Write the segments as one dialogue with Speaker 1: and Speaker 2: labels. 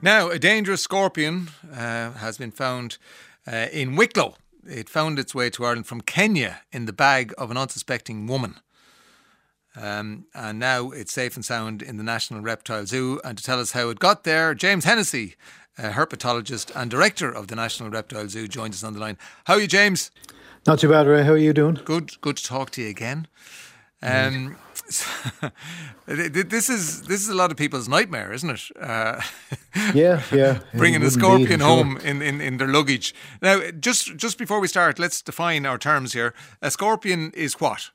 Speaker 1: Now, a dangerous scorpion uh, has been found uh, in Wicklow. It found its way to Ireland from Kenya in the bag of an unsuspecting woman. Um, and now it's safe and sound in the National Reptile Zoo. And to tell us how it got there, James Hennessy, uh, herpetologist and director of the National Reptile Zoo, joins us on the line. How are you, James?
Speaker 2: Not too bad, Ray. How are you doing?
Speaker 1: Good, good to talk to you again. Um, this is this is a lot of people's nightmare, isn't it? Uh,
Speaker 2: Yeah, yeah.
Speaker 1: bringing a
Speaker 2: It wouldn't be,
Speaker 1: scorpion
Speaker 2: I'm sure.
Speaker 1: home in, in, in their luggage. Now, just just before we start, let's define our terms here. A scorpion is what?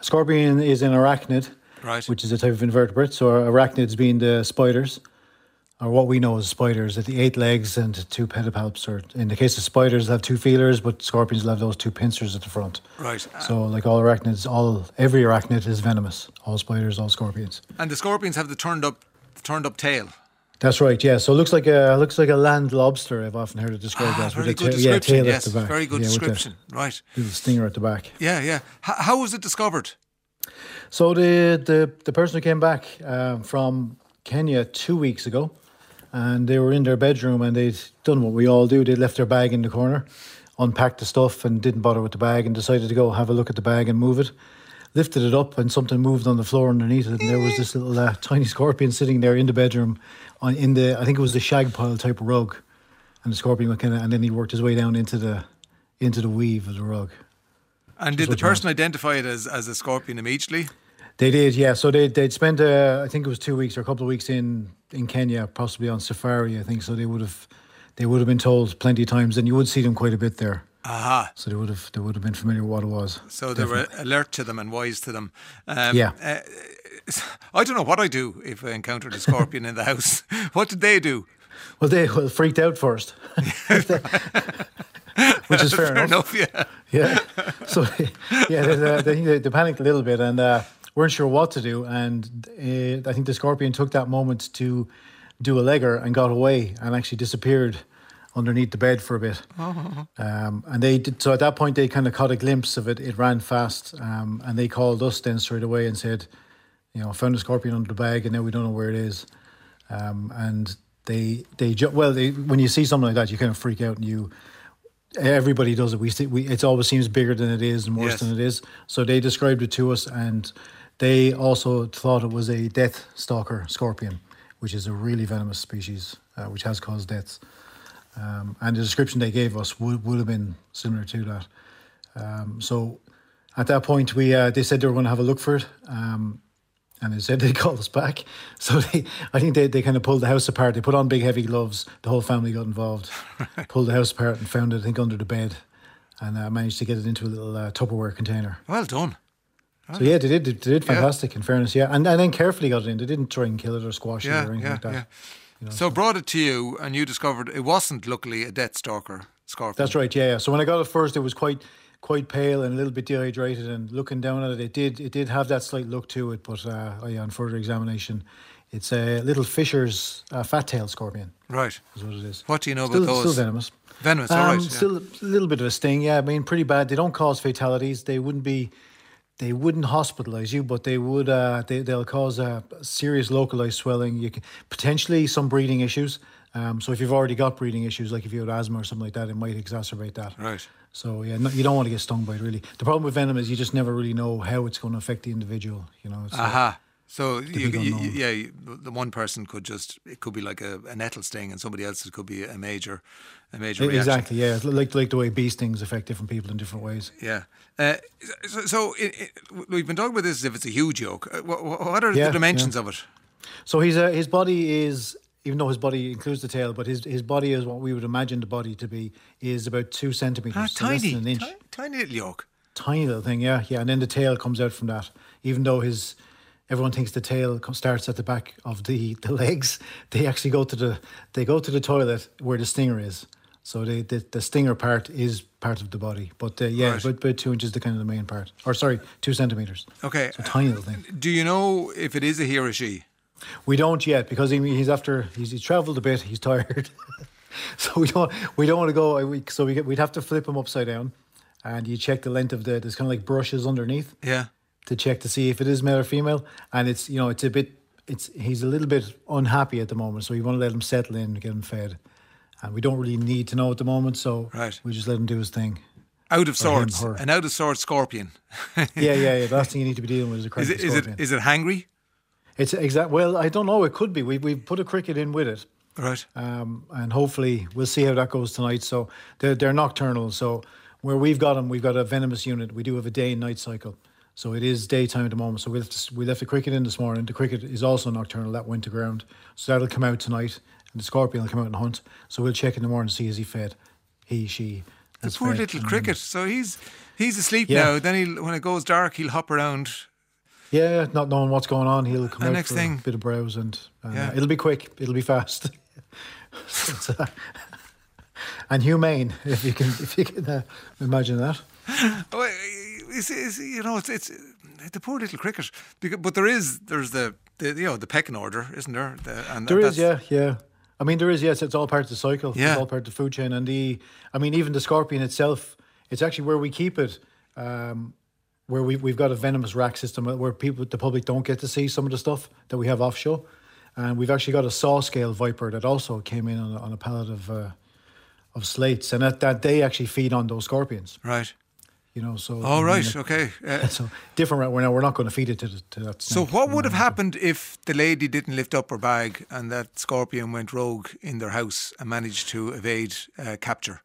Speaker 2: A scorpion is an arachnid,
Speaker 1: Right.
Speaker 2: which is a type of invertebrate. So arachnids being the spiders, or what we know as spiders, at the eight legs and two pedipalps. Or in the case of spiders, they'll have two feelers, but scorpions will have those two pincers at the front.
Speaker 1: Right.
Speaker 2: So like all arachnids, all every arachnid is venomous. All spiders, all scorpions.
Speaker 1: And the scorpions have the turned up turned up tail.
Speaker 2: That's right. Yeah. So it looks like a looks like a land lobster. I've often heard it described
Speaker 1: Ah,
Speaker 2: as
Speaker 1: very
Speaker 2: with a
Speaker 1: good
Speaker 2: ta- yeah,
Speaker 1: description.
Speaker 2: tail
Speaker 1: yes,
Speaker 2: at the back.
Speaker 1: very good
Speaker 2: yeah, with the
Speaker 1: description. Right.
Speaker 2: Little stinger at the back.
Speaker 1: Yeah, yeah. H- how was it discovered?
Speaker 2: So the the, the person who came back um, from Kenya two weeks ago, and they were in their bedroom and they'd done what we all do. They left their bag in the corner, unpacked the stuff and didn't bother with the bag and decided to go have a look at the bag and move it. Lifted it up and something moved on the floor underneath it, and there was this little uh, tiny scorpion sitting there in the bedroom, on in the I think it was the shag pile type of rug, and the scorpion went kind of and then he worked his way down into the into the weave of the rug.
Speaker 1: And did the
Speaker 2: what you want.
Speaker 1: person identify it as, as a scorpion immediately?
Speaker 2: They did, yeah. So they they'd spent uh, I think it was two weeks or a couple of weeks in in Kenya, possibly on safari. I think so. They would have they would have been told plenty of times, and you would see them quite a bit there.
Speaker 1: Aha.
Speaker 2: So they would have they would have been familiar with what it was.
Speaker 1: So they were alert to them and wise to them. Um,
Speaker 2: Yeah.
Speaker 1: uh, I don't know what I do if I encountered a scorpion in the house. What did they do?
Speaker 2: Well, they well, freaked out first, which is fair,
Speaker 1: Fair enough,
Speaker 2: enough.
Speaker 1: yeah.
Speaker 2: Yeah. So yeah, they, they, they, they panicked a little bit and uh, weren't sure what to do. And uh, I think the scorpion took that moment to do a legger and got away and actually disappeared underneath the bed for a bit. Um, and they did, so at that point they kind of caught a glimpse of it. It ran fast, um, and they called us then straight away and said, "You know, found a scorpion under the bag, and now we don't know where it is." Um, and they they ju- well, they, when you see something like that, you kind of freak out and you. Everybody does it. We, see, we it always seems bigger than it is and worse
Speaker 1: Yes.
Speaker 2: than it is. So they described it to us, and they also thought it was a death stalker scorpion, which is a really venomous species, uh, which has caused deaths. Um, and the description they gave us would, would have been similar to that. Um, so at that point, we uh, they said they were going to have a look for it. Um, and they said they called us back. So they, I think they, they kind of pulled the house apart. They put on big, heavy gloves. The whole family got involved, pulled the house apart and found it, I think, under the bed. And uh, managed to get it into a little uh, Tupperware container.
Speaker 1: Well done. Ah.
Speaker 2: So yeah, they did. They did fantastic. In fairness, yeah, and, and then carefully got it in. They didn't try and kill it or squash it
Speaker 1: Yeah,
Speaker 2: or anything
Speaker 1: yeah,
Speaker 2: like that.
Speaker 1: yeah. So brought it to you, and you discovered it wasn't, luckily, a death stalker scorpion.
Speaker 2: That's right. Yeah, yeah. So when I got it first, it was quite quite pale and a little bit dehydrated. And looking down at it, it did it did have that slight look to it. But uh, oh, yeah, on further examination, it's a little Fisher's uh, fat tail scorpion.
Speaker 1: Right.
Speaker 2: Is what it is.
Speaker 1: What do you know
Speaker 2: Still,
Speaker 1: about
Speaker 2: still
Speaker 1: those?
Speaker 2: venomous.
Speaker 1: Venomous, all right.
Speaker 2: Um,
Speaker 1: yeah.
Speaker 2: Still a little bit of a sting. Yeah, I mean, pretty bad. They don't cause fatalities. They wouldn't be, they wouldn't hospitalize you, but they would. Uh, they they'll cause uh, serious localized swelling. You can potentially some breathing issues. Um, so if you've already got breathing issues, like if you had asthma or something like that, it might exacerbate that.
Speaker 1: Right.
Speaker 2: So yeah, no, you don't want to get stung by it. Really, the problem with venom is you just never really know how it's going to affect the individual. You know, it's like-
Speaker 1: Aha. So you,
Speaker 2: big
Speaker 1: you,
Speaker 2: unknown.
Speaker 1: you- yeah, you, the one person could just it could be like a, a nettle sting, and somebody else it could be a major, a major reaction.
Speaker 2: E, exactly. Yeah, it's like like the way bee stings affect different people in different ways.
Speaker 1: Yeah. Uh, so so it, it, we've been talking about this as if it's a huge yoke. Uh, wha- wha- What are
Speaker 2: Yeah,
Speaker 1: the
Speaker 2: yeah.
Speaker 1: dimensions of it?
Speaker 2: So his uh, his body is even though his body includes the tail, but his his body is what we would imagine the body to be is about two centimeters,
Speaker 1: Ah,
Speaker 2: so less
Speaker 1: tiny,
Speaker 2: than an inch,
Speaker 1: ti- tiny little yoke.
Speaker 2: tiny little thing. Yeah, yeah. And then the tail comes out from that. Even though his everyone thinks the tail co- starts at the back of the the legs, they actually go to the they go to the toilet where the stinger is. So the the, the stinger part is part of the body, but uh, yeah,
Speaker 1: Right.
Speaker 2: about, about two inches the kind of the main part, or sorry, two centimeters.
Speaker 1: Okay.
Speaker 2: So tiny little thing.
Speaker 1: Do you know if it is a he or a she?
Speaker 2: We don't yet because he, he's after he's, he's travelled a bit. He's tired, so we don't we don't want to go. uh, We, so we get, we'd have to flip him upside down, and you check the length of the there's kind of like brushes underneath
Speaker 1: Yeah.
Speaker 2: to check to see if it is male or female, and it's you know it's a bit it's he's a little bit unhappy at the moment, so we want to let him settle in, get him fed, and we don't really need to know at the moment, so
Speaker 1: Right.
Speaker 2: we just let him do his thing.
Speaker 1: Out of
Speaker 2: him,
Speaker 1: sorts,
Speaker 2: her.
Speaker 1: an out of sorts scorpion.
Speaker 2: Yeah, yeah, yeah. The last thing you need to be dealing with is a
Speaker 1: Is
Speaker 2: cricket
Speaker 1: it, is it
Speaker 2: scorpion.
Speaker 1: is it hangry?
Speaker 2: it's exact. Well, I don't know. It could be. We we put a cricket in with it.
Speaker 1: Right.
Speaker 2: um, and hopefully we'll see how that goes tonight. So they're, they're nocturnal. So where we've got them, we've got a venomous unit. We do have a day and night cycle. So it is daytime at the moment. So we left, we left the cricket in this morning. The cricket is also nocturnal. That went to ground. So that'll come out tonight. And the scorpion will come out and hunt. So we'll check in the morning and see is he fed. He, she.
Speaker 1: The
Speaker 2: has
Speaker 1: poor
Speaker 2: fed. Mm.
Speaker 1: little
Speaker 2: And-
Speaker 1: cricket. So he's he's asleep
Speaker 2: Yeah.
Speaker 1: now. Then he when it goes dark, he'll hop around.
Speaker 2: Yeah, not knowing what's going on, he'll come
Speaker 1: And
Speaker 2: out
Speaker 1: next
Speaker 2: for
Speaker 1: thing-
Speaker 2: a bit of browse and uh,
Speaker 1: Yeah.
Speaker 2: it'll be quick, it'll be fast, It's, uh, and humane if you can if you can uh, imagine that.
Speaker 1: Oh, it's, it's, you know, it's, it's the poor little cricket. Becau- But there is there's the, the you know the pecking order, isn't there? The, and
Speaker 2: There is,
Speaker 1: that's-
Speaker 2: yeah, yeah. I mean, there is, yes. It's all part of the cycle.
Speaker 1: Yeah.
Speaker 2: It's all part of the food chain, and the, I mean, even the scorpion itself. It's actually where we keep it, um, where we we've got a venomous rack system where people, the public, don't get to see some of the stuff that we have offshore, and we've actually got a saw scale viper that also came in on a, on a pallet of, uh, of slates, and that that they actually feed on those scorpions.
Speaker 1: Right.
Speaker 2: You know, so
Speaker 1: All right.
Speaker 2: so,
Speaker 1: Okay. Uh,
Speaker 2: different. Right, we're now we're not going to feed it to, the, to that.
Speaker 1: so
Speaker 2: snake,
Speaker 1: what
Speaker 2: you
Speaker 1: would
Speaker 2: know.
Speaker 1: have happened if the lady didn't lift up her bag and that scorpion went rogue in their house and managed to evade uh, capture?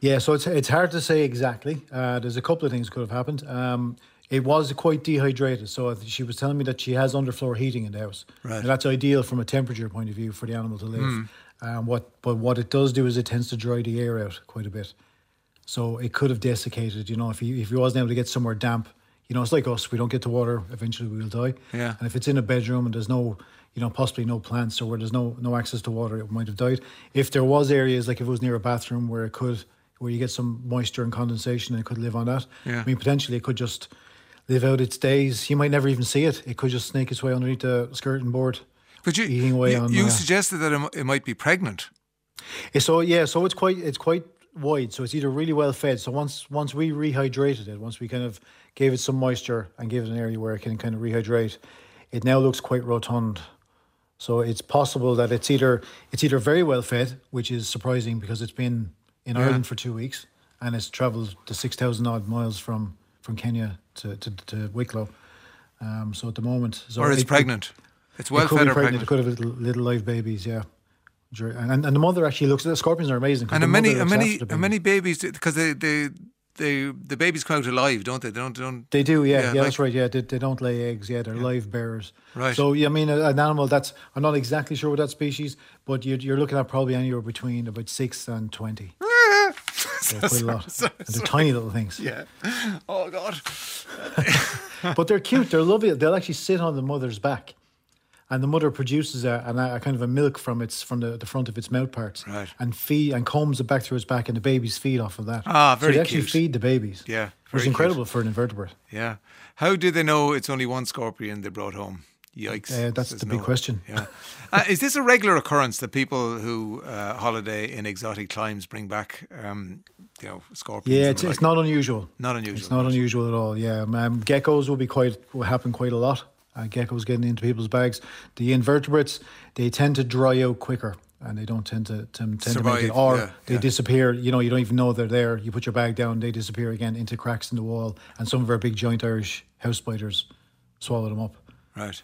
Speaker 2: Yeah, so it's it's hard to say exactly. Uh, there's a couple of things could have happened. Um, it was quite dehydrated, so I think she was telling me that she has underfloor heating in the house,
Speaker 1: Right.
Speaker 2: and that's ideal from a temperature point of view for the animal to live. Um, what but what it does do is it tends to dry the air out quite a bit, so it could have desiccated. You know, if you if you wasn't able to get somewhere damp, you know, it's like us. We don't get to water, eventually we will die.
Speaker 1: Yeah.
Speaker 2: And if it's in a bedroom and there's no, you know, possibly no plants or where there's no no access to water, it might have died. If there was areas like if it was near a bathroom where it could, where you get some moisture and condensation and it could live on that.
Speaker 1: Yeah.
Speaker 2: I mean, potentially it could just live out its days. You might never even see it. It could just snake its way underneath the skirting board.
Speaker 1: But you
Speaker 2: Eating away
Speaker 1: you,
Speaker 2: on uh,
Speaker 1: you
Speaker 2: the-
Speaker 1: suggested that it mi- it might be pregnant.
Speaker 2: Yeah, So yeah, so it's quite it's quite wide. So it's either really well fed. So once once we rehydrated it, once we kind of gave it some moisture and gave it an area where it can kind of rehydrate, it now looks quite rotund. So it's possible that it's either it's either very well fed, which is surprising because it's been in Ireland for two weeks and it's travelled the six thousand odd miles from from Kenya to to, to Wicklow. Um, so at the moment, so
Speaker 1: or it's
Speaker 2: it- it-
Speaker 1: pregnant. It's well
Speaker 2: it could
Speaker 1: fed
Speaker 2: be
Speaker 1: or pregnant.
Speaker 2: It could have little, little live babies, yeah. Dur- And, and, and the mother actually looks. The scorpions are amazing. 'cause
Speaker 1: And
Speaker 2: the
Speaker 1: a many,
Speaker 2: mother
Speaker 1: a
Speaker 2: looks
Speaker 1: many,
Speaker 2: after the
Speaker 1: a
Speaker 2: baby.
Speaker 1: many babies because they, they, they, the babies come out alive, don't they? They don't, don't.
Speaker 2: They do, yeah,
Speaker 1: Yeah,
Speaker 2: yeah,
Speaker 1: like-
Speaker 2: that's right. Yeah, they, they don't lay eggs. Yeah, they're live bearers.
Speaker 1: Right.
Speaker 2: So yeah, I mean, a- an animal that's I'm not exactly sure what that species, but you're, you're looking at probably anywhere between about six and twenty. So quite a lot. and they're tiny little things,
Speaker 1: yeah. Oh God.
Speaker 2: but they're cute. They're lovely. They'll actually sit on the mother's back, and the mother produces a, an, a kind of a milk from its from the, the front of its mouth parts,
Speaker 1: Right.
Speaker 2: and feed and combs it back through its back, and the babies feed off of that.
Speaker 1: Ah,
Speaker 2: so
Speaker 1: very
Speaker 2: they actually
Speaker 1: cute.
Speaker 2: feed the babies.
Speaker 1: Yeah, very
Speaker 2: which
Speaker 1: cute.
Speaker 2: is incredible for an invertebrate.
Speaker 1: Yeah. How do they know it's only one scorpion they brought home? Yikes.
Speaker 2: Uh, that's
Speaker 1: says
Speaker 2: the big
Speaker 1: Noah.
Speaker 2: question.
Speaker 1: Yeah. Uh, is this a regular occurrence that people who uh, holiday in exotic climes bring back, um, you know, scorpions?
Speaker 2: Yeah,
Speaker 1: and
Speaker 2: it's,
Speaker 1: the
Speaker 2: it's
Speaker 1: like?
Speaker 2: not unusual.
Speaker 1: Not unusual.
Speaker 2: It's not unusual at all. Yeah, um, geckos will be quite will happen quite a lot. Uh, geckos getting into people's bags. The invertebrates they tend to dry out quicker, and they don't tend to to- tend to make
Speaker 1: Survive,
Speaker 2: it, or
Speaker 1: yeah,
Speaker 2: they
Speaker 1: yeah.
Speaker 2: disappear. You know, you don't even know they're there. You put your bag down, they disappear again into cracks in the wall, and some of our big giant Irish house spiders swallow them up.
Speaker 1: Right.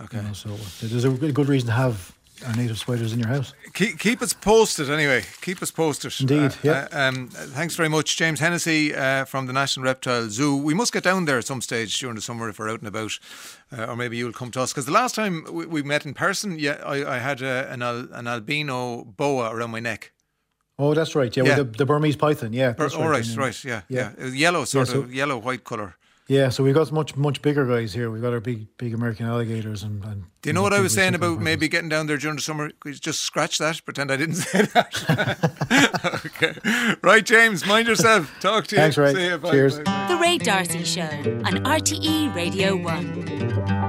Speaker 1: Okay.
Speaker 2: You know, so there's a good reason to have our native spiders in your house.
Speaker 1: Keep, keep us posted anyway. Keep us posted.
Speaker 2: Indeed,
Speaker 1: Uh,
Speaker 2: yeah.
Speaker 1: uh, um, uh, thanks very much, James Hennessy uh, from the National Reptile Zoo. We must get down there at some stage during the summer if we're out and about, uh, or maybe you'll come to us. Because the last time we, we met in person, yeah, I, I had uh, an, al- an albino boa around my neck.
Speaker 2: Oh, that's right. Yeah,
Speaker 1: Yeah.
Speaker 2: Well, the, the Burmese python. Yeah,
Speaker 1: All
Speaker 2: that's
Speaker 1: right, right,
Speaker 2: yeah.
Speaker 1: yeah, yeah.
Speaker 2: Yeah.
Speaker 1: It was yellow, sort
Speaker 2: so-
Speaker 1: of yellow white colour.
Speaker 2: Yeah, so we've got much much bigger guys here. We've got our big big American alligators and. and
Speaker 1: Do you know what I
Speaker 2: big
Speaker 1: was saying
Speaker 2: Mexican
Speaker 1: about
Speaker 2: pythons.
Speaker 1: maybe getting down there during the summer? Could you Just scratch that. Pretend I didn't say that. okay. Right, James. Mind yourself. Talk to you.
Speaker 2: Thanks, Ray.
Speaker 1: See you. Bye,
Speaker 2: Cheers.
Speaker 1: bye.
Speaker 3: The Ray Darcy Show on RTE Radio 1.